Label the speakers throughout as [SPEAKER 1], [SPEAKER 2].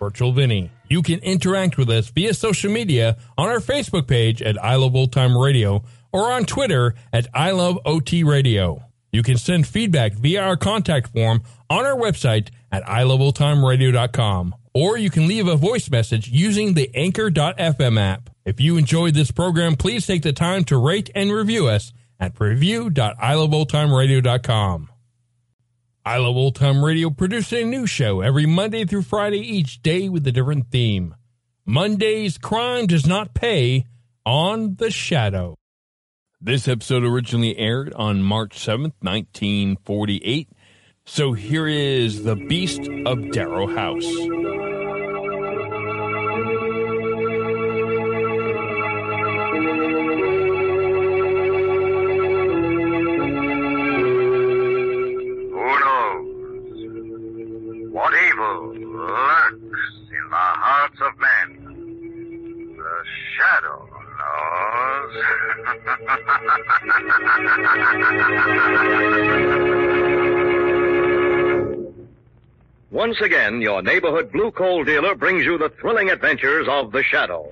[SPEAKER 1] Virtual Vinny. You can interact with us via social media on our Facebook page at I Love Old Time Radio or on Twitter at I Love OT Radio. You can send feedback via our contact form on our website at iloveoldtimeradio.com or you can leave a voice message using the anchor.fm app. If you enjoyed this program, please take the time to rate and review us at review.iloveoldtimeradio.com. I Love Old Time Radio produces a new show every Monday through Friday, each day with a different theme. Monday's Crime Does Not Pay on The Shadow. This episode originally aired on March 7th, 1948. So here is The Beast of Darrow House.
[SPEAKER 2] Who knows? What evil lurks in the hearts of men? The shadow knows. Once again, your neighborhood blue coal dealer brings you the thrilling adventures of The Shadow.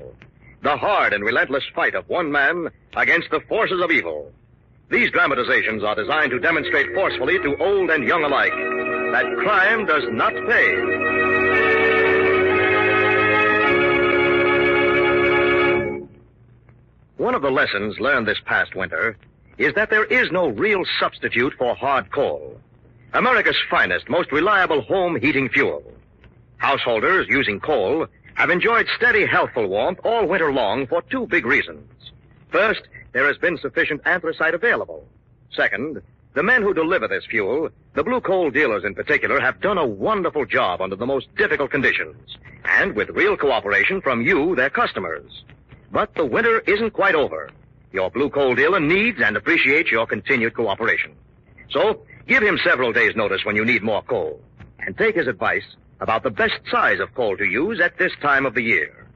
[SPEAKER 2] The hard and relentless fight of one man against the forces of evil. These dramatizations are designed to demonstrate forcefully to old and young alike that crime does not pay. One of the lessons learned this past winter is that there is no real substitute for hard coal. America's finest, most reliable home heating fuel. Householders using coal have enjoyed steady, healthful warmth all winter long for two big reasons. First, there has been sufficient anthracite available. Second, the men who deliver this fuel, the blue coal dealers in particular, have done a wonderful job under the most difficult conditions and with real cooperation from you, their customers. But the winter isn't quite over. Your blue coal dealer needs and appreciates your continued cooperation. So, give him several days' notice when you need more coal and take his advice about the best size of coal to use at this time of the year.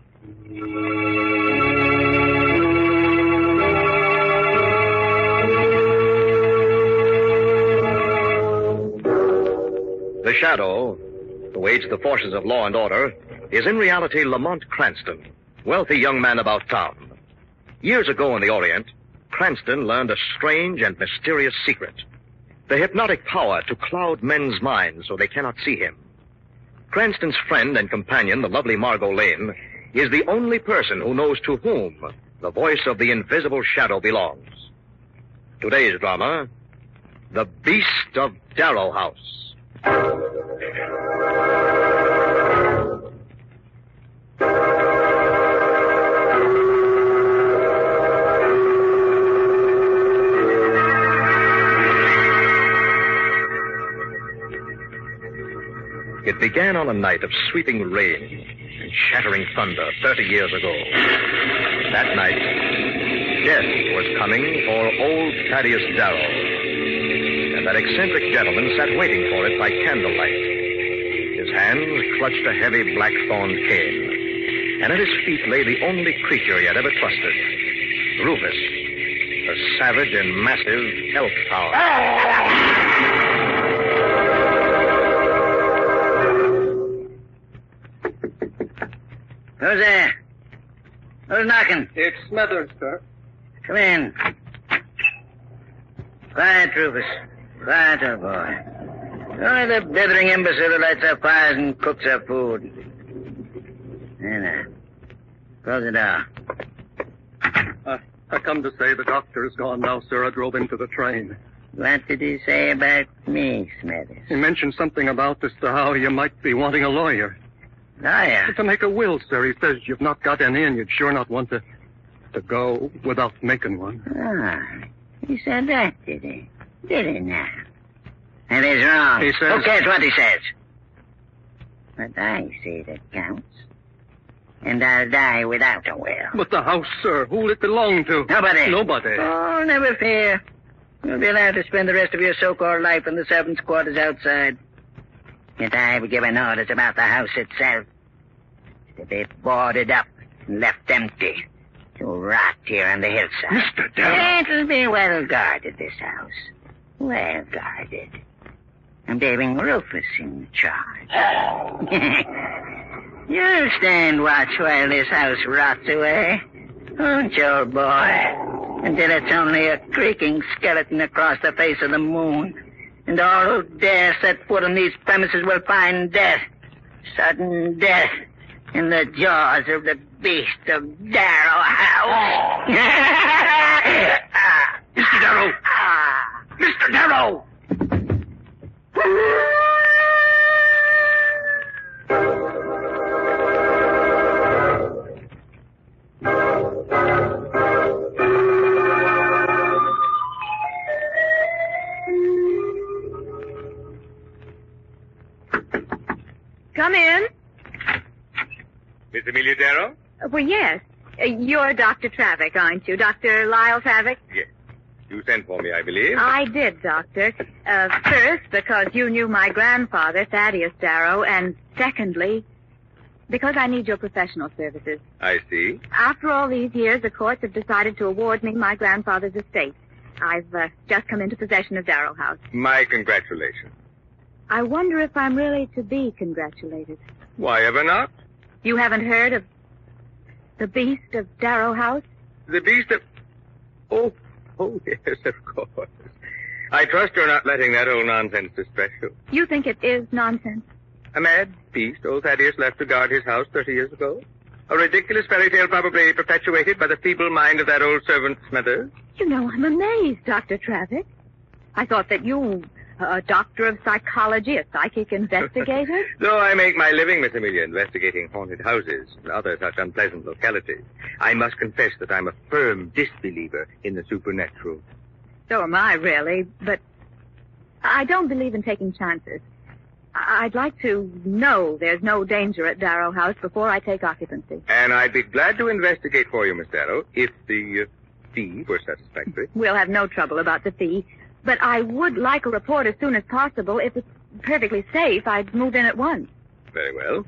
[SPEAKER 2] The shadow, who aids the forces of law and order, is in reality Lamont Cranston, wealthy young man about town. Years ago in the Orient, Cranston learned a strange and mysterious secret. The hypnotic power to cloud men's minds so they cannot see him. Cranston's friend and companion, the lovely Margot Lane, is the only person who knows to whom the voice of the invisible shadow belongs. Today's drama, The Beast of Darrow House. It began on a night of sweeping rain and shattering thunder 30 years ago. That night, death was coming for old Thaddeus Darrow. And that eccentric gentleman sat waiting for it by candlelight. His hands clutched a heavy blackthorn cane. And at his feet lay the only creature he had ever trusted Rufus, a savage and massive elk power.
[SPEAKER 3] Who's there? Who's knocking?
[SPEAKER 4] It's Smithers, sir.
[SPEAKER 3] Come in. Quiet, Rufus. Quiet, old boy. Only the blithering imbecile who lights our fires and cooks our food. There now. Close the door.
[SPEAKER 4] Uh, I come to say the doctor's gone now, sir. I drove into the train.
[SPEAKER 3] What did he say about me, Smithers?
[SPEAKER 4] He mentioned something about as to how you might be wanting a lawyer.
[SPEAKER 3] Oh, Liar.
[SPEAKER 4] To make a will, sir. He says you've not got any and you'd sure not want to, to go without making one.
[SPEAKER 3] Ah, he said that, did he? Did he now? That is wrong.
[SPEAKER 4] He says-
[SPEAKER 3] Who cares what he says? But I say that counts. And I'll die without a will.
[SPEAKER 4] But the house, sir, who'll it belong to?
[SPEAKER 3] Nobody.
[SPEAKER 4] Nobody.
[SPEAKER 3] Oh, never fear. You'll be allowed to spend the rest of your so-called life in the servants' quarters outside. And I've given orders about the house itself. To be boarded up and left empty. To rot here on the hillside.
[SPEAKER 4] Mr. Darrow.
[SPEAKER 3] It'll be well guarded, this house. Well guarded. I'm leaving Rufus in charge. You'll stand watch while this house rots away, won't you, old boy? Until it's only a creaking skeleton across the face of the moon. And all who dare set foot on these premises will find death. Sudden death in the jaws of the beast of Darrow House.
[SPEAKER 4] Mr. Darrow! Mr. Darrow!
[SPEAKER 5] Come in.
[SPEAKER 2] Miss Amelia Darrow?
[SPEAKER 5] Uh, Well, yes. Uh, You're Dr. Travick, aren't you? Dr. Lyle Travick?
[SPEAKER 2] Yes. You sent for me, I believe.
[SPEAKER 3] Ah!
[SPEAKER 5] I did, Doctor. Uh, first, because you knew my grandfather, Thaddeus Darrow, and secondly, because I need your professional services.
[SPEAKER 2] I see.
[SPEAKER 5] After all these years, the courts have decided to award me my grandfather's estate. I've uh, just come into possession of Darrow House.
[SPEAKER 2] My congratulations.
[SPEAKER 5] I wonder if I'm really to be congratulated.
[SPEAKER 2] Why ever not?
[SPEAKER 5] You haven't heard of the beast of Darrow House?
[SPEAKER 2] The beast of... Oh, oh yes, of course. I trust you're not letting that old nonsense distress you.
[SPEAKER 5] You think it is nonsense?
[SPEAKER 2] A mad beast old Thaddeus left to guard his house 30 years ago. A ridiculous fairy tale probably perpetuated by the feeble mind of that old servant Smithers.
[SPEAKER 5] You know, I'm amazed, Dr. Travick. I thought that you, a doctor of psychology, a psychic investigator.
[SPEAKER 2] Though I make my living, Miss Amelia, investigating haunted houses and other such unpleasant localities, I must confess that I'm a firm disbeliever in the supernatural.
[SPEAKER 5] so am I, really, but I don't believe in taking chances. I- I'd like to know there's no danger at Darrow House before I take occupancy.
[SPEAKER 2] And I'd be glad to investigate for you, Miss Darrow, if the uh, fee were satisfactory.
[SPEAKER 5] We'll have no trouble about the fee, but I would like a report as soon as possible. If it's perfectly safe, I'd move in at once.
[SPEAKER 2] Very well.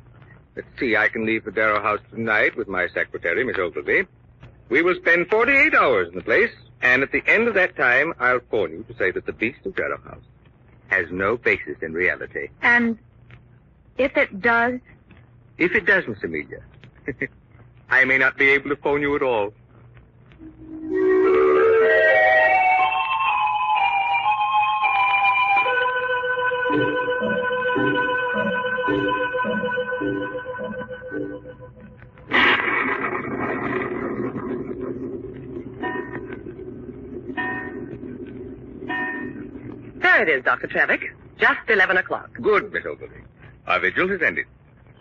[SPEAKER 2] Let's see, I can leave for Darrow House tonight with my secretary, Miss Ogilvy. We will spend 48 hours in the place, and at the end of that time, I'll phone you to say that the beast of Darrow House has no basis in reality.
[SPEAKER 5] And if it does,
[SPEAKER 2] If it does, Miss Amelia, I may not be able to phone you at all.
[SPEAKER 6] There it is, Dr. Trevick. Just 11 o'clock.
[SPEAKER 2] Good, Miss Ogilvy. Our vigil has ended.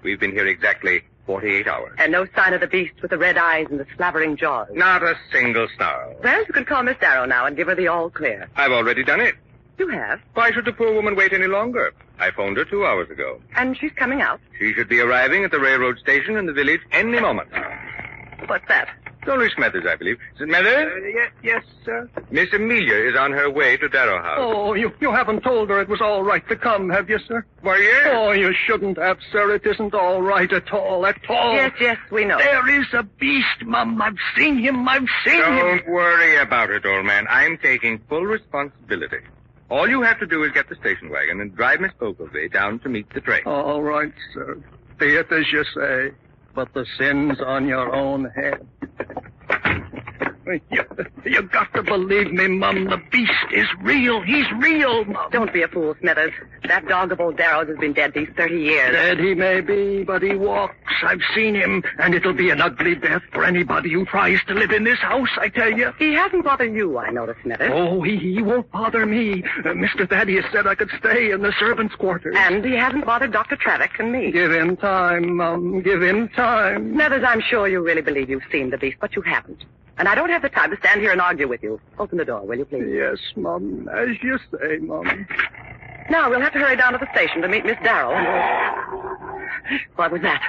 [SPEAKER 2] We've been here exactly 48 hours.
[SPEAKER 6] And no sign of the beast with the red eyes and the slavering jaws.
[SPEAKER 2] Not a single snarl.
[SPEAKER 6] Perhaps you could call Miss Darrow now and give her the all clear.
[SPEAKER 2] I've already done it.
[SPEAKER 6] You have,
[SPEAKER 2] Why should the poor woman wait any longer? I phoned her two hours ago.
[SPEAKER 6] and she's coming out.
[SPEAKER 2] She should be arriving at the railroad station in the village any moment.
[SPEAKER 6] What's that?
[SPEAKER 2] It's only Smethers, I believe. Smethers? yes, Uh, yes, sir. Miss Amelia is on her way to Darrow House.
[SPEAKER 4] Oh, you, you haven't told her it was all right to come, have you, sir?
[SPEAKER 2] Why, yes.
[SPEAKER 4] Oh, you shouldn't have, sir. It isn't all right at all, at all.
[SPEAKER 6] Yes, yes, we know.
[SPEAKER 4] Oh. There is a beast, Mum. I've seen him. I've seen him.
[SPEAKER 2] Don't worry about it, old man. I'm taking full responsibility. All you have to do is get the station wagon and drive Miss Ogilvy down to meet the train.
[SPEAKER 4] All right, sir. Be it as you say, but the sin's on your own head. You, you got to believe me, Mum. The beast is real. He's real, Mum.
[SPEAKER 6] Don't be a fool, Smithers. That dog of old Darrow's has been dead these 30 years.
[SPEAKER 4] Dead he may be, but he walks. I've seen him, and it'll be an ugly death for anybody who tries to live in this house, I tell you.
[SPEAKER 6] He hasn't bothered you, I notice, Smithers.
[SPEAKER 4] Oh, he, he won't bother me. Uh, Mr. Thaddeus said I could stay in the servants' quarters.
[SPEAKER 6] And he hasn't bothered Dr. Travick and me.
[SPEAKER 4] Give him time, Mum. Give him time.
[SPEAKER 6] Smithers, I'm sure you really believe you've seen the beast, but you haven't. And I don't have the time to stand here and argue with you. Open the door, will you, please?
[SPEAKER 4] Yes, Mum. As you say, Mum.
[SPEAKER 6] Now, we'll have to hurry down to the station to meet Miss Darrow. What was that?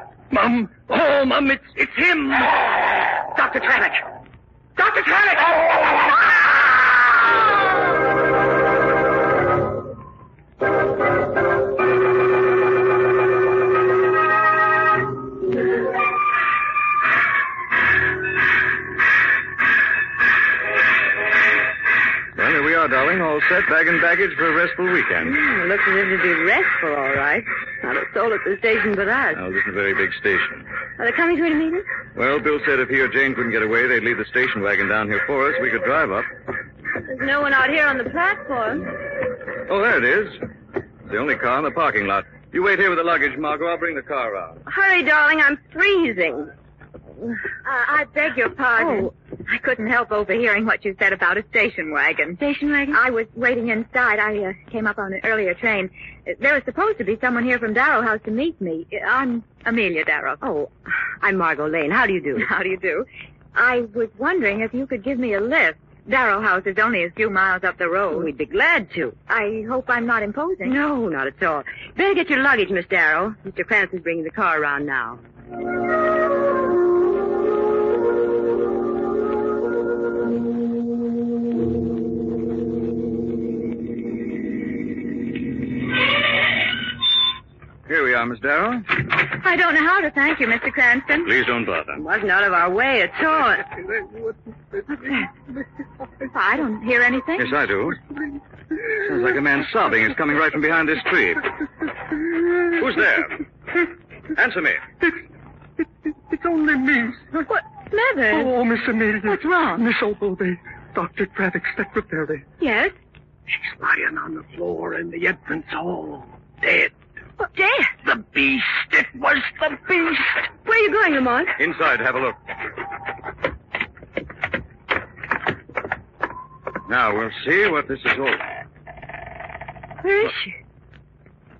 [SPEAKER 4] Mum! Oh, Mum, it's, it's him!
[SPEAKER 6] Dr. Trannick! Dr. Trannick!
[SPEAKER 4] Ah!
[SPEAKER 2] Well, here we are, darling. All set, bag and baggage for a restful weekend.
[SPEAKER 7] Hmm, looks as if it'd be restful, all right. Not a soul at the station but us.
[SPEAKER 2] Now, this is a very big station.
[SPEAKER 7] Are they coming to any meeting?
[SPEAKER 2] Well, Bill said if he or Jane couldn't get away, they'd leave the station wagon down here for us. We could drive up.
[SPEAKER 7] There's no one out here on the platform.
[SPEAKER 2] Oh, there it is. It's the only car in the parking lot. You wait here with the luggage, Margot. I'll bring the car around.
[SPEAKER 7] Hurry, darling, I'm freezing.
[SPEAKER 5] Uh, I beg your
[SPEAKER 7] Oh.
[SPEAKER 5] pardon. I couldn't help overhearing what you said about a station wagon.
[SPEAKER 7] Station wagon?
[SPEAKER 5] I was waiting inside. I uh, came up on an earlier train. Uh, There was supposed to be someone here from Darrow House to meet me. Uh, I'm Amelia Darrow.
[SPEAKER 7] Oh, I'm Margot Lane. How do you do?
[SPEAKER 5] How do you do? I was wondering if you could give me a lift. Darrow House is only a few miles up the road.
[SPEAKER 7] We'd be glad to.
[SPEAKER 5] I hope I'm not imposing.
[SPEAKER 7] No, not at all. Better get your luggage, Miss Darrow. Mr. Cranston's bringing the car around now.
[SPEAKER 2] Here we are, Miss Darrow.
[SPEAKER 5] I don't know how to thank you, Mr. Cranston.
[SPEAKER 2] Please don't bother.
[SPEAKER 7] Wasn't out of our way at all.
[SPEAKER 5] I don't hear anything.
[SPEAKER 2] Yes, I do. Sounds like a man sobbing. It's coming right from behind this tree. Who's there? Answer me.
[SPEAKER 4] It's only me.
[SPEAKER 5] What? Smithers?
[SPEAKER 4] Oh, Miss Amelia.
[SPEAKER 5] What's wrong?
[SPEAKER 4] Miss Ogilvy, Dr. Travick's secretary.
[SPEAKER 5] Yes.
[SPEAKER 4] She's lying on the floor in the entrance hall. Dead.
[SPEAKER 5] Dead.
[SPEAKER 4] The beast. It was the beast.
[SPEAKER 7] Where are you going, Lamont?
[SPEAKER 2] Inside, have a look. Now, we'll see what this is all about.
[SPEAKER 7] Where is she?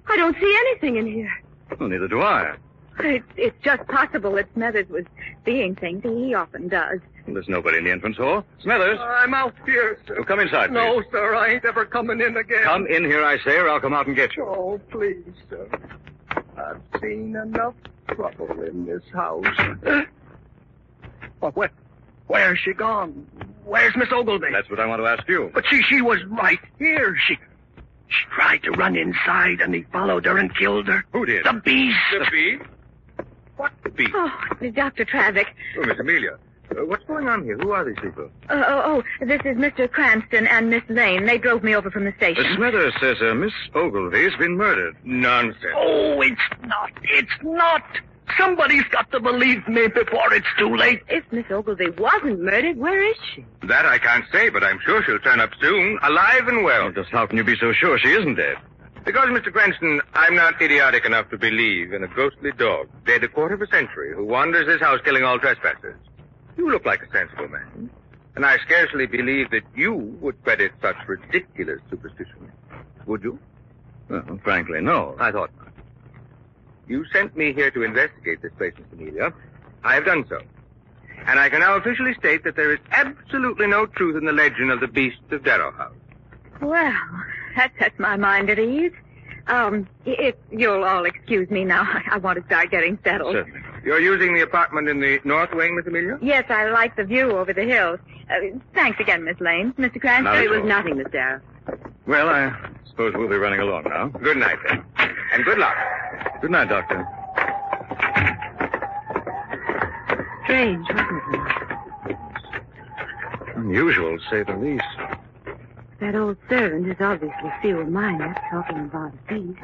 [SPEAKER 7] I don't see anything in here.
[SPEAKER 2] Well, neither do I.
[SPEAKER 5] It, it's just possible that Smithers was seeing things. He often does.
[SPEAKER 2] There's nobody in the entrance hall. Smithers,
[SPEAKER 4] I'm out here, sir.
[SPEAKER 2] oh, come inside,
[SPEAKER 4] No,
[SPEAKER 2] please.
[SPEAKER 4] sir, I ain't ever coming in again.
[SPEAKER 2] Come in here, I say, or I'll come out and get you.
[SPEAKER 4] Oh, please, sir. I've seen enough trouble in this house. But where, where's she gone? Where's Miss Ogilvy?
[SPEAKER 2] That's what I want to ask you.
[SPEAKER 4] But she, she was right here. She, she tried to run inside, and he followed her and killed her.
[SPEAKER 2] Who did?
[SPEAKER 4] The beast.
[SPEAKER 2] The bee? What bee?
[SPEAKER 5] Oh, Dr. Travick.
[SPEAKER 2] Oh, Miss Amelia. Uh, what's going on here? Who are these people?
[SPEAKER 5] Uh, oh, oh, this is Mr. Cranston and Miss Lane. They drove me over from the
[SPEAKER 2] Uh,
[SPEAKER 5] station.
[SPEAKER 2] Smithers says uh, Miss Ogilvy's been murdered. Nonsense.
[SPEAKER 4] Oh, it's not. It's not. Somebody's got to believe me before it's too late.
[SPEAKER 7] If Miss Ogilvy wasn't murdered, where is she?
[SPEAKER 2] That I can't say, but I'm sure she'll turn up soon, alive and well. Just how can you be so sure she isn't dead? Because, Mr. Cranston, I'm not idiotic enough to believe in a ghostly dog, dead a quarter of a century, who wanders this house killing all trespassers. You look like a sensible man. And I scarcely believe that you would credit such ridiculous superstition. Would you? Well, frankly, no. I thought not. You sent me here to investigate this place, Miss Amelia. I have done so. And I can now officially state that there is absolutely no truth in the legend of the beasts of Darrow House.
[SPEAKER 5] Well, that sets my mind at ease. Um, i- if you'll all excuse me now, I, I want to start getting settled.
[SPEAKER 2] Certainly. You're using the apartment in the north wing, Miss Amelia?
[SPEAKER 5] Yes, I like the view over the hills. Uh, thanks again, Miss Lane. Mr. Cranston.
[SPEAKER 2] Not at
[SPEAKER 7] It was
[SPEAKER 2] all.
[SPEAKER 7] nothing, Miss Darrow.
[SPEAKER 2] Well, I suppose we'll be running along now. Good night, then. And good luck. Good night, Doctor.
[SPEAKER 7] Strange, wasn't it?
[SPEAKER 2] Unusual, to say the least.
[SPEAKER 7] That old servant is obviously feeble minded, talking about a beast.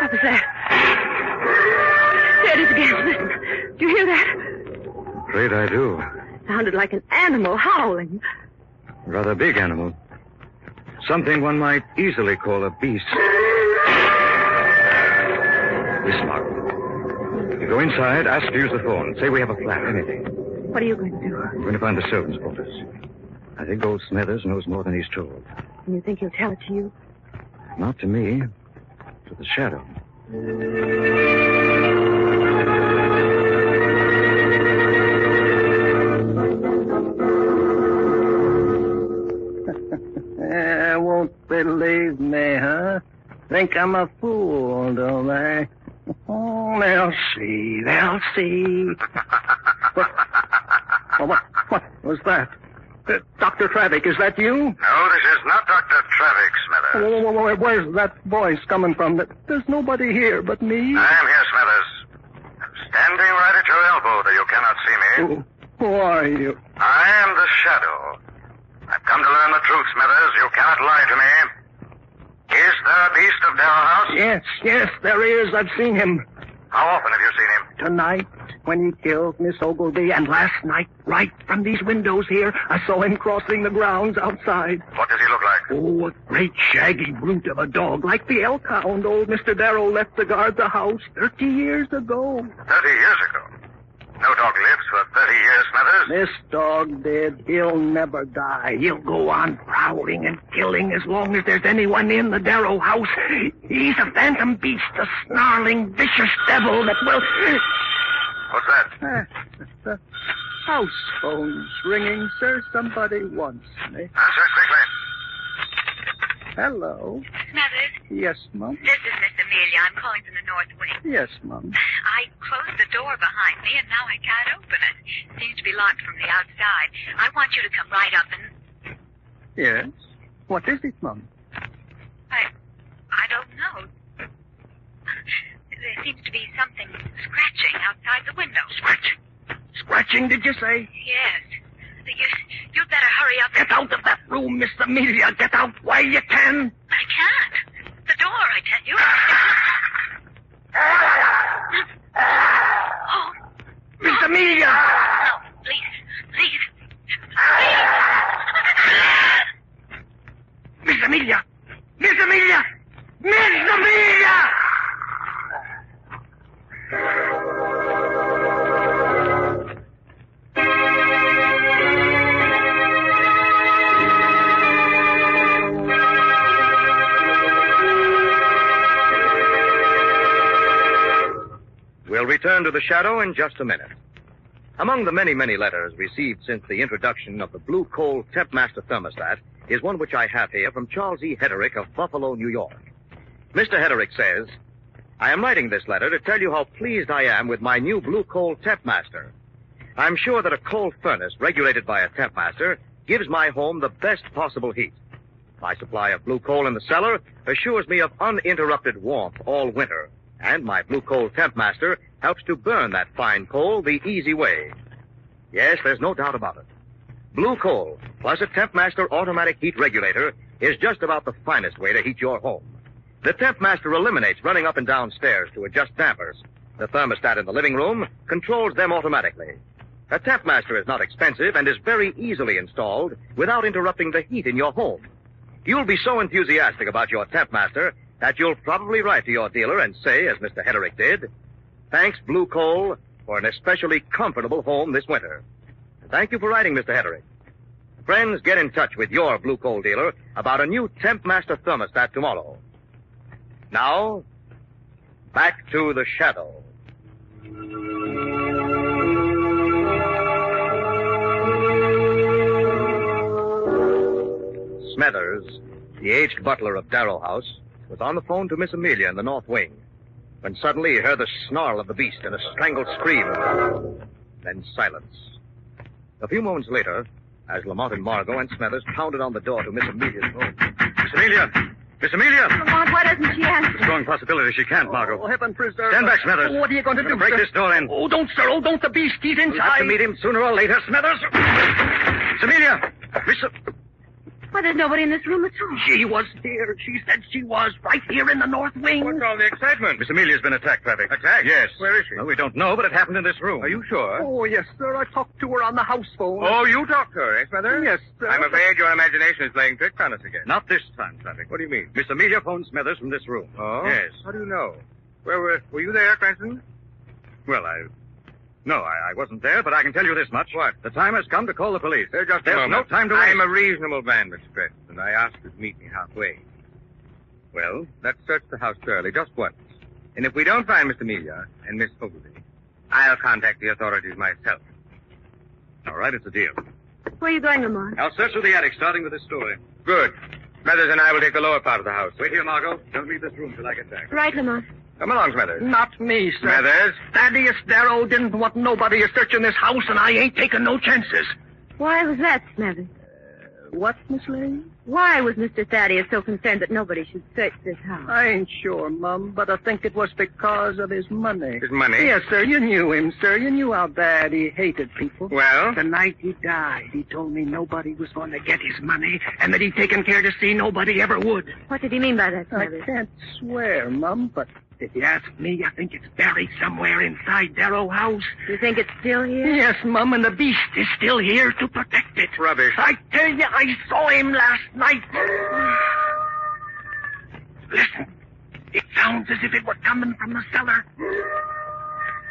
[SPEAKER 7] What was that? There it is again. Listen. Do you hear that?
[SPEAKER 2] Afraid I do.
[SPEAKER 7] Sounded like an animal howling.
[SPEAKER 2] Rather big animal. Something one might easily call a beast. Listen, Margaret. You go inside, ask to use the phone. Say we have a flat, anything.
[SPEAKER 7] What are you going to do?
[SPEAKER 2] I'm going to find the servant's quarters. I think old Smithers knows more than he's told.
[SPEAKER 7] And you think he'll tell it to you?
[SPEAKER 2] Not to me, to the shadow.
[SPEAKER 4] Eh, won't believe me, huh?
[SPEAKER 3] Think I'm a fool, do they? Oh, they'll see. They'll see. what? Oh, what? What was that? Uh, Dr. Travick, is that you?
[SPEAKER 8] No, this is not Dr. Travick, Smithers.
[SPEAKER 3] Whoa, whoa, whoa, where's that voice coming from? There's nobody here but me.
[SPEAKER 8] I am here, Smithers. I'm standing right at your elbow, though you cannot see
[SPEAKER 4] Oh.
[SPEAKER 8] me.
[SPEAKER 3] Who, who are you?
[SPEAKER 8] I am the Shadow. I've come to learn the truth, Smithers. You cannot lie to me. Is there a beast of Darrow House?
[SPEAKER 3] Yes, yes, there is. I've seen him.
[SPEAKER 8] How often have you seen him?
[SPEAKER 3] Tonight, when he killed Miss Ogilvy, and last night, right from these windows here, I saw him crossing the grounds outside.
[SPEAKER 8] What does he look like?
[SPEAKER 3] Oh, a great shaggy brute of a dog, like the elk hound old Mr. Darrow left to guard the house 30 years ago.
[SPEAKER 8] Thirty years ago. No dog lives for thirty years, Smithers.
[SPEAKER 3] This dog did. He'll never die. He'll go on prowling and killing as long as there's anyone in the Darrow house. He's a phantom beast, a snarling, vicious devil that will.
[SPEAKER 8] What's that?
[SPEAKER 3] Ah, the house phone's ringing, sir. Somebody wants me.
[SPEAKER 8] Answer it quickly.
[SPEAKER 3] Hello.
[SPEAKER 5] Smothers,
[SPEAKER 3] Yes, mum.
[SPEAKER 5] this is Miss Amelia. I'm calling from the North Wing.
[SPEAKER 3] Yes, mum.
[SPEAKER 5] I closed the door behind me, and now I can't open it. Seems to be locked from the outside. I want you to come right up and
[SPEAKER 3] Yes. What is it, mum?
[SPEAKER 5] I, I don't know. There seems to be something scratching outside the window. Scratching?
[SPEAKER 3] Scratching, did you say?
[SPEAKER 5] Yes. You, you'd better hurry up.
[SPEAKER 3] Get out of that room, Miss Amelia. Get out while you can.
[SPEAKER 5] I can't. The door, I tell you. oh,
[SPEAKER 3] Miss Amelia!
[SPEAKER 5] no, please, please, please.
[SPEAKER 3] Miss Amelia! Miss Amelia! Miss Amelia!
[SPEAKER 2] We'll return to the shadow in just a minute. Among the many, many letters received since the introduction of the Blue Coal Tempmaster thermostat is one which I have here from Charles E. Hederick of Buffalo, New York. Mr. Hederick says, I am writing this letter to tell you how pleased I am with my new Blue Coal Tempmaster. I'm sure that a coal furnace regulated by a Tempmaster gives my home the best possible heat. My supply of blue coal in the cellar assures me of uninterrupted warmth all winter, and my blue coal temp master helps to burn that fine coal the easy way. Yes, there's no doubt about it. Blue coal plus a temp master automatic heat regulator is just about the finest way to heat your home. The temp master eliminates running up and down stairs to adjust dampers. The thermostat in the living room controls them automatically. A temp master is not expensive and is very easily installed without interrupting the heat in your home. You'll be so enthusiastic about your temp master that you'll probably write to your dealer and say, as Mr. Hederick did, thanks, Blue Coal, for an especially comfortable home this winter. Thank you for writing, Mr. Hederick. Friends, get in touch with your Blue Coal dealer about a new temp master thermostat tomorrow. Now, back to the shadow. Smethers, the aged butler of Darrow House, was on the phone to Miss Amelia in the north wing when suddenly he heard the snarl of the beast and a strangled scream. Then silence. A few moments later, as Lamont and Margot and Smethers pounded on the door to Miss Amelia's room.
[SPEAKER 4] Miss Amelia! Miss Amelia!
[SPEAKER 9] Lamont, why doesn't she answer?
[SPEAKER 4] Strong possibility she can't, Margot.
[SPEAKER 3] Oh, heaven preserve.
[SPEAKER 4] Stand
[SPEAKER 3] us.
[SPEAKER 4] back, Smithers.
[SPEAKER 3] What are you going to
[SPEAKER 4] We're gonna
[SPEAKER 3] do?
[SPEAKER 4] break
[SPEAKER 3] sir?
[SPEAKER 4] this door in.
[SPEAKER 3] Oh, don't, sir. Oh, don't. The beast. He's
[SPEAKER 4] We'll have
[SPEAKER 3] inside.
[SPEAKER 4] to meet him sooner or later, Smithers. Miss Amelia! Miss...
[SPEAKER 9] Why, there's nobody in this room at all.
[SPEAKER 3] She was here. She said she was right here in the north wing.
[SPEAKER 4] all the excitement? Miss Amelia's been attacked, Travick. Attacked? Yes. Where is she? Well, we don't know, but it happened in this room. Are you sure?
[SPEAKER 3] Oh, yes, sir. I talked to her on the house phone.
[SPEAKER 4] Oh, you talked to her, eh, Smithers?
[SPEAKER 3] Yes, sir.
[SPEAKER 4] I'm afraid your imagination is playing tricks on us again. Not this time, Travick. What do you mean? Miss Amelia phoned Smithers from this room. Oh? Yes. How do you know? Where were, were you there, Cranston? Well, I... No, I, I wasn't there, but I can tell you this much. What? The time has come to call the police. They're just There's no time to wait.
[SPEAKER 8] I'm a reasonable man, Mr. Preston. I asked you to meet me halfway. Well, let's search the house thoroughly, just once. And if we don't find Mr. Amelia and Miss Ogilvy, I'll contact the authorities myself.
[SPEAKER 4] All right, it's a deal.
[SPEAKER 9] Where are you going, Lamont?
[SPEAKER 4] Now search through the attic, starting with this story.
[SPEAKER 8] Good.
[SPEAKER 2] Smethers and I will take the lower part of the house.
[SPEAKER 10] Wait here, Margot. Don't leave this room till I get back.
[SPEAKER 5] Right, Lamont.
[SPEAKER 2] Come along, Smethers.
[SPEAKER 4] Not me, sir.
[SPEAKER 2] Smethers?
[SPEAKER 4] Thaddeus Darrow didn't want nobody a searching this house, and I ain't taking no chances.
[SPEAKER 5] Why was that, Smithers?
[SPEAKER 4] What, Miss Lane?
[SPEAKER 5] Why was Mr. Thaddeus so concerned that nobody should search this house?
[SPEAKER 4] I ain't sure, Mum, but I think it was because of his money.
[SPEAKER 2] His money?
[SPEAKER 4] Yes, sir. You knew him, sir. You knew how bad he hated people.
[SPEAKER 2] Well?
[SPEAKER 4] The night he died, he told me nobody was going to get his money and that he'd taken care to see nobody ever would.
[SPEAKER 5] What did he mean by that,
[SPEAKER 4] I
[SPEAKER 5] Smithers?
[SPEAKER 4] can't swear, Mum, but if you ask me, I think it's buried somewhere inside Darrow House.
[SPEAKER 5] You think it's still here?
[SPEAKER 4] Yes, Mum, and the beast is still here to protect it.
[SPEAKER 2] Rubbish.
[SPEAKER 4] I tell you, I saw him last night. Listen. It sounds as if it were coming from the cellar.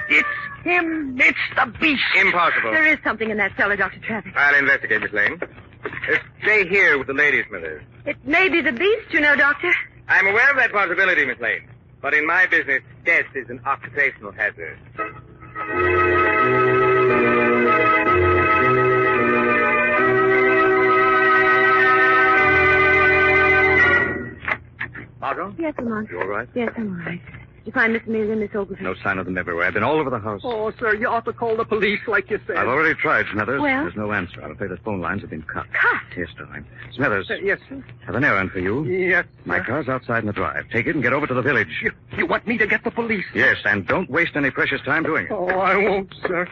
[SPEAKER 4] It's him. It's the beast.
[SPEAKER 2] Impossible.
[SPEAKER 5] There is something in that cellar, Dr. Travis.
[SPEAKER 2] I'll investigate, Miss Lane. Uh, Stay here with the ladies, Smithers.
[SPEAKER 5] It may be the beast, you know, Doctor.
[SPEAKER 2] I'm aware of that possibility, Miss Lane. But in my business, death is an occupational hazard. Margot?
[SPEAKER 5] Yes, Lamont.
[SPEAKER 2] You all right?
[SPEAKER 5] Yes, I'm all right. Did you find Miss Amelia and Miss Ogilvy?
[SPEAKER 2] No sign of them everywhere. I've been all over the house.
[SPEAKER 4] Oh, sir, you ought to call the police like you said.
[SPEAKER 2] I've already tried, Smithers.
[SPEAKER 5] Well?
[SPEAKER 2] There's no answer. I'm afraid the phone lines have been cut.
[SPEAKER 5] Cut?
[SPEAKER 2] Yes, darling. Smithers,
[SPEAKER 4] Uh, yes, sir.
[SPEAKER 2] have an errand for you.
[SPEAKER 4] Yes.
[SPEAKER 2] My
[SPEAKER 4] sir.
[SPEAKER 2] car's outside in the drive. Take it and get over to the village.
[SPEAKER 4] You, you want me to get the police?
[SPEAKER 2] Yes, and don't waste any precious time doing it.
[SPEAKER 4] Oh, I won't, sir.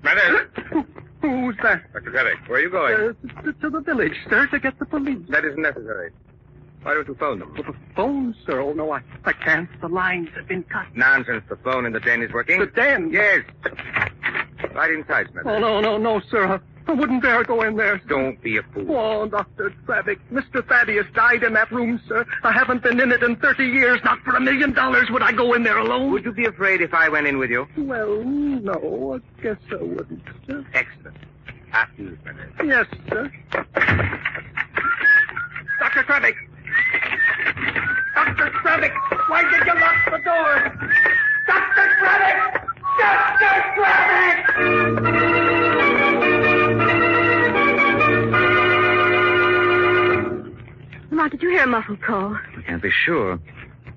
[SPEAKER 2] Smithers!
[SPEAKER 4] Who- Who's that?
[SPEAKER 2] Dr. Trebek, where are you going?
[SPEAKER 4] Uh, to, to the village, sir, to get the police.
[SPEAKER 2] That isn't necessary. Why don't you phone them?
[SPEAKER 4] Well, the phone, sir. Oh, no, I, I can't. The lines have been cut.
[SPEAKER 2] Nonsense. The phone in the den is working.
[SPEAKER 4] The den?
[SPEAKER 2] Yes. Right inside, Smith.
[SPEAKER 4] Oh, no, no, no, sir. I, I wouldn't dare go in there.
[SPEAKER 2] Don't be a fool.
[SPEAKER 4] Oh, Dr. Travick, Mr. Thaddeus died in that room, sir. I haven't been in it in 30 years. Not for a million dollars would I go in there alone.
[SPEAKER 2] Would you be afraid if I went in with you?
[SPEAKER 4] Well, no, I guess I wouldn't, sir.
[SPEAKER 2] Excellent. After you, Smith.
[SPEAKER 4] Yes, sir. Dr. Travick! Dr. Travick, why did you lock the door? Dr. Travick! Dr. Travick!
[SPEAKER 5] Lamont, did you hear a muffled call?
[SPEAKER 2] I can't be sure.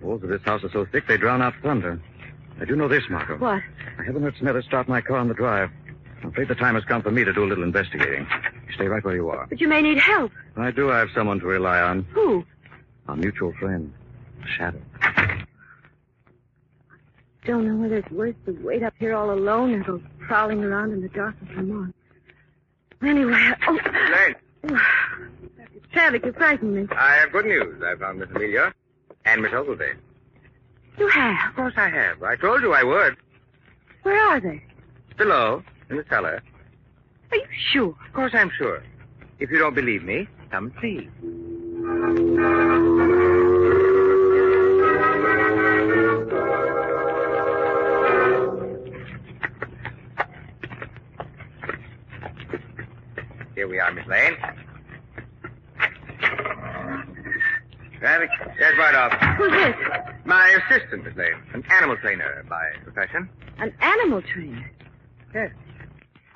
[SPEAKER 2] Walls of this house are so thick they drown out thunder. I do know this, Marco.
[SPEAKER 5] What?
[SPEAKER 2] I haven't heard Smithers start my car on the drive. I'm afraid the time has come for me to do a little investigating. You stay right where you are.
[SPEAKER 5] But you may need help.
[SPEAKER 2] I do have someone to rely on.
[SPEAKER 5] Who?
[SPEAKER 2] Our mutual friend, Shadow.
[SPEAKER 5] Don't know whether it's worth to wait up here all alone or go prowling around in the dark with Lamont. Anyway, oh. Dr. Travick, you frightened me.
[SPEAKER 2] I have good news. I found Miss Amelia and Miss Ogilvy.
[SPEAKER 5] You have.
[SPEAKER 2] Of course I have. I told you I would.
[SPEAKER 5] Where are they?
[SPEAKER 2] Below, in the cellar.
[SPEAKER 5] Are you sure?
[SPEAKER 2] Of course I'm sure. If you don't believe me, come and see. Here we are, Miss Lane. Traffic. There's Bardoff.
[SPEAKER 5] Who's this?
[SPEAKER 2] My assistant, Miss Lane. An animal trainer by profession.
[SPEAKER 5] An animal trainer.
[SPEAKER 2] Yes.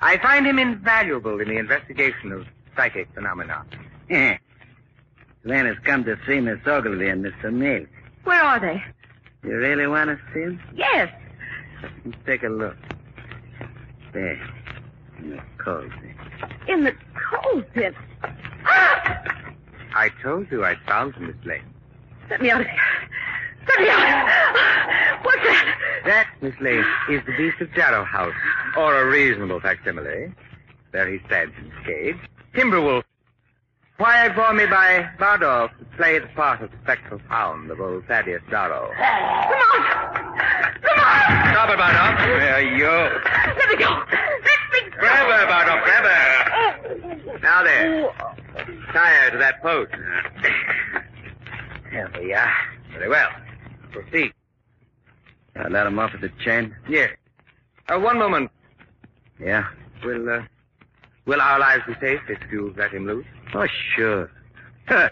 [SPEAKER 2] I find him invaluable in the investigation of psychic phenomena.
[SPEAKER 3] Yeah. Len has come to see Miss Ogilvy and Mr. Mills.
[SPEAKER 5] Where are they?
[SPEAKER 3] You really want to see him?
[SPEAKER 5] Yes.
[SPEAKER 3] Let's take a look. There. In the cold. there.
[SPEAKER 5] In the coal pit.
[SPEAKER 2] I told you I'd found him, Miss Lane.
[SPEAKER 5] Let me out of here. Let me out. What's that?
[SPEAKER 2] That, Miss Lane, is the beast of Jarrow House, or a reasonable facsimile. There he stands in his cage. Timberwolf. Wired for me by Bardolph to play the part of spectral hound of old Thaddeus Darrow. Stop it, Bardolph. There you.
[SPEAKER 5] Let me go. Let me go.
[SPEAKER 2] Grab her, Bardolph, grab her. Now there. Tie her to that post. There we are. Very well. Proceed.
[SPEAKER 3] I let him off at the chain.
[SPEAKER 2] Yes. Uh, one moment.
[SPEAKER 3] Yeah.
[SPEAKER 2] Will, uh, will our lives be safe if you let him loose?
[SPEAKER 3] Oh, sure. Huh.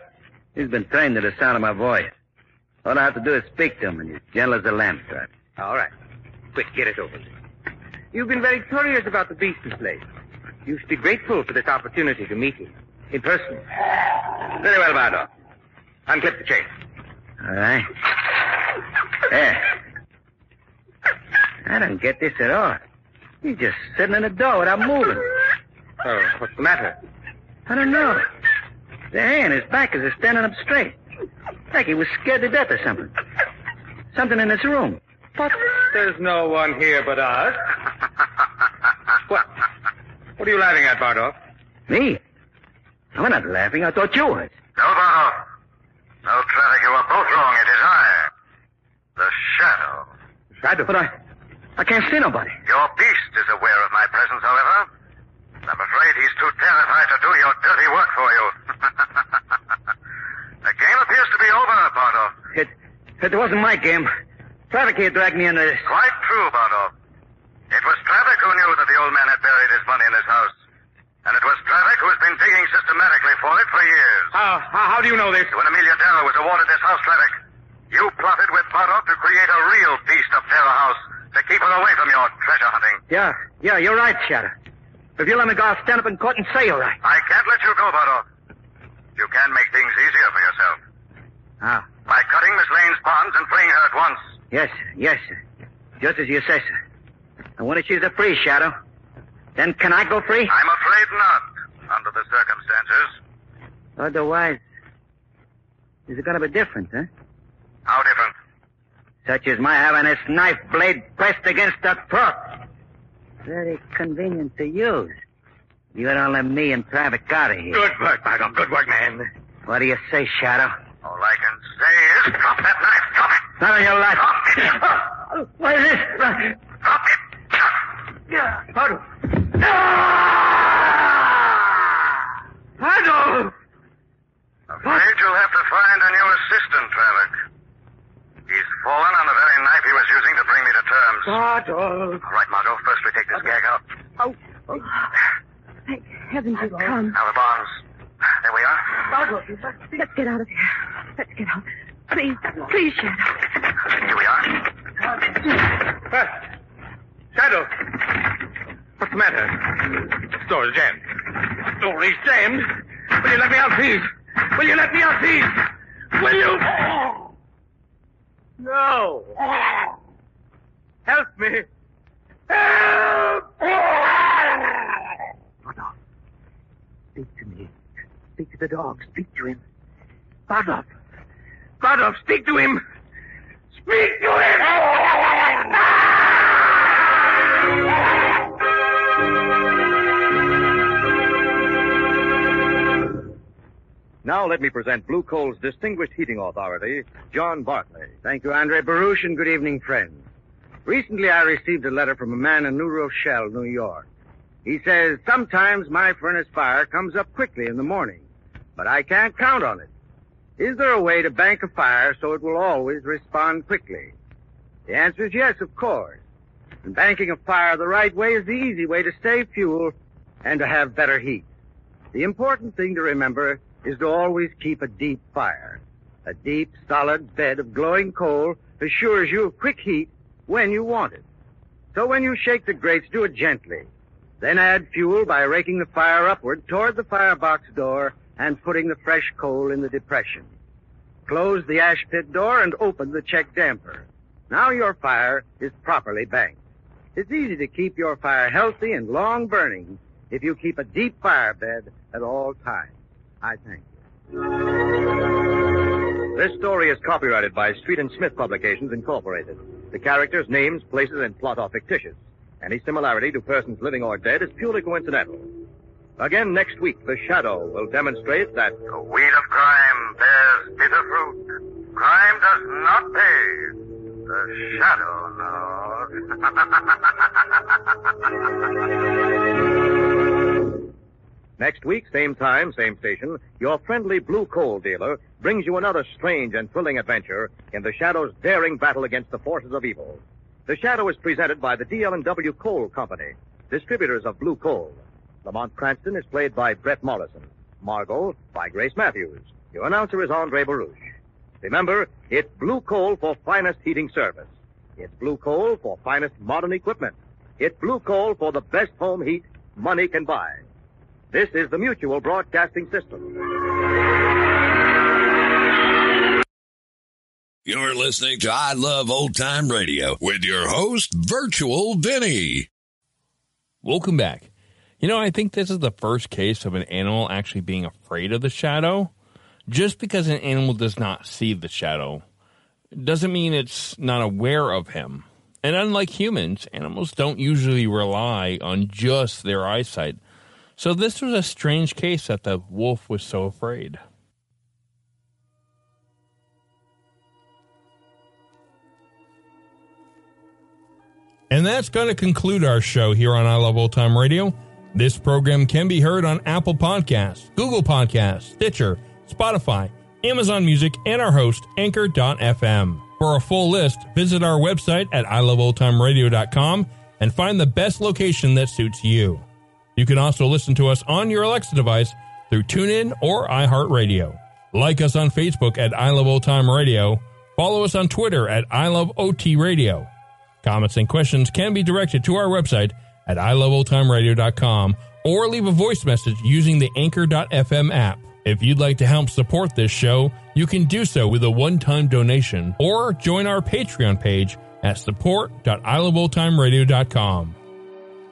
[SPEAKER 3] He's been trained to the sound of my voice. All I have to do is speak to him, and he's gentle as a lamb, right?
[SPEAKER 2] All right. Quick, get it over. with. You've been very curious about the beast, Miss Lane. You should be grateful for this opportunity to meet him.
[SPEAKER 10] In person. Very well, Bardo. Unclip the chain.
[SPEAKER 3] All right. There. I don't get this at all. He's just sitting in the door without moving.
[SPEAKER 10] Oh, what's the matter?
[SPEAKER 3] I don't know. The hand, his back is standing up straight. Like he was scared to death or something. Something in this room.
[SPEAKER 10] But there's no one here but us. what? What are you laughing at, Bardo?
[SPEAKER 3] Me? I'm not laughing. I thought you was.
[SPEAKER 11] No, Bardo. Uh-huh. No, Traffic, you are both wrong. It is I. The shadow.
[SPEAKER 3] Shadow? But I, I can't see nobody.
[SPEAKER 11] Your beast is aware of my presence, however. I'm afraid he's too terrified to do your dirty work for you. the game appears to be over, Bardo.
[SPEAKER 3] It, it wasn't my game. Traffic here dragged me into this.
[SPEAKER 11] Quite true, Bardo. It was Traffic who knew that the old man had buried his money in his house. And it was Traffic who has been digging systematically for it for years.
[SPEAKER 10] How, how, how do you know this?
[SPEAKER 11] When Amelia Darrow was awarded this house, Traffic, you plotted with Bardo to create a real beast of Darrow House to keep her away from your treasure hunting.
[SPEAKER 3] Yeah, yeah, you're right, Shadow. If you let me go, I'll stand up in court and say you're right.
[SPEAKER 11] I can't let you go, Bardo. You can make things easier for yourself.
[SPEAKER 3] Ah,
[SPEAKER 11] By cutting Miss Lane's bonds and freeing her at once.
[SPEAKER 3] yes, yes, sir. Just as you say, sir. I want to choose a free, Shadow. Then can I go free?
[SPEAKER 11] I'm afraid not, under the circumstances.
[SPEAKER 3] Otherwise, is it going to be different, huh?
[SPEAKER 11] How different?
[SPEAKER 3] Such as my having this knife blade pressed against the throat. Very convenient to use. You don't let me and Private out of here.
[SPEAKER 10] Good work, Bardo. Good work, man.
[SPEAKER 3] What do you say, Shadow?
[SPEAKER 11] All I can say is drop that knife. Drop it.
[SPEAKER 3] Not on your life.
[SPEAKER 11] Drop it.
[SPEAKER 3] What is this?
[SPEAKER 11] Drop it.
[SPEAKER 3] Yeah, Hardo. Hardo!
[SPEAKER 11] Afraid you'll have to find a new assistant, Travick. He's fallen on the very knife he was using to bring me to terms.
[SPEAKER 3] Hardo!
[SPEAKER 11] All right, Margot. First, we take this gag out.
[SPEAKER 5] Oh, oh. Thank heavens you've come.
[SPEAKER 11] Now the bonds. There we are.
[SPEAKER 5] Let's get out of here. Let's get out. Please, please, Shadow.
[SPEAKER 11] Here we are.
[SPEAKER 10] Shadow. What's the matter? The door is jammed. Door is jammed. Will you let me out, please? Will you let me out, please? Will you? No. Help me. Help!
[SPEAKER 3] Speak to me. Speak to the dog. Speak to him. Bardov. Bardov, speak to him.
[SPEAKER 10] Speak to him!
[SPEAKER 2] Now let me present Blue Coal's distinguished heating authority, John Bartley.
[SPEAKER 12] Thank you, Andre Baruch, and good evening, friends. Recently, I received a letter from a man in New Rochelle, New York. He says, Sometimes my furnace fire comes up quickly in the morning, but I can't count on it. Is there a way to bank a fire so it will always respond quickly? The answer is yes, of course. And banking a fire the right way is the easy way to save fuel and to have better heat. The important thing to remember is to always keep a deep fire. A deep, solid bed of glowing coal assures you of quick heat when you want it. So when you shake the grates, do it gently. Then add fuel by raking the fire upward toward the firebox door and putting the fresh coal in the depression. Close the ash pit door and open the check damper. Now your fire is properly banked. It's easy to keep your fire healthy and long burning if you keep a deep fire bed at all times. I thank
[SPEAKER 2] This story is copyrighted by Street and Smith Publications, Incorporated. The characters, names, places, and plot are fictitious. Any similarity to persons living or dead is purely coincidental. Again next week, The Shadow will demonstrate that
[SPEAKER 11] The weed of crime bears bitter fruit. Crime does not pay. The shadow knows.
[SPEAKER 2] next week, same time, same station, your friendly blue coal dealer brings you another strange and thrilling adventure in The Shadow's daring battle against the forces of evil. The Shadow is presented by the DL&W Coal Company, distributors of blue coal. Lamont Cranston is played by Brett Morrison. Margot by Grace Matthews. Your announcer is Andre Baruch. Remember, it's blue coal for finest heating service. It's blue coal for finest modern equipment. It's blue coal for the best home heat money can buy. This is the Mutual Broadcasting System.
[SPEAKER 13] You're listening to I Love Old Time Radio with your host, Virtual Vinny.
[SPEAKER 1] Welcome back. You know, I think this is the first case of an animal actually being afraid of the shadow. Just because an animal does not see the shadow doesn't mean it's not aware of him. And unlike humans, animals don't usually rely on just their eyesight. So this was a strange case that the wolf was so afraid. And that's going to conclude our show here on I Love Old Time Radio. This program can be heard on Apple Podcasts, Google Podcasts, Stitcher, Spotify, Amazon Music, and our host, Anchor.fm. For a full list, visit our website at iloveoldtimeradio.com and find the best location that suits you. You can also listen to us on your Alexa device through TuneIn or iHeartRadio. Like us on Facebook at I Love Old Time Radio. Follow us on Twitter at I Love OT Radio. Comments and questions can be directed to our website at iloveoldtimeradio.com or leave a voice message using the anchor.fm app. If you'd like to help support this show, you can do so with a one-time donation or join our Patreon page at support.iloveoldtimeradio.com.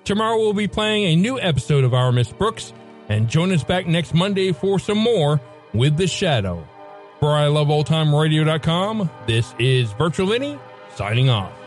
[SPEAKER 1] Tomorrow we'll be playing a new episode of Our Miss Brooks and join us back next Monday for some more with The Shadow. For iloveoldtimeradio.com, this is Virtual Vinny signing off.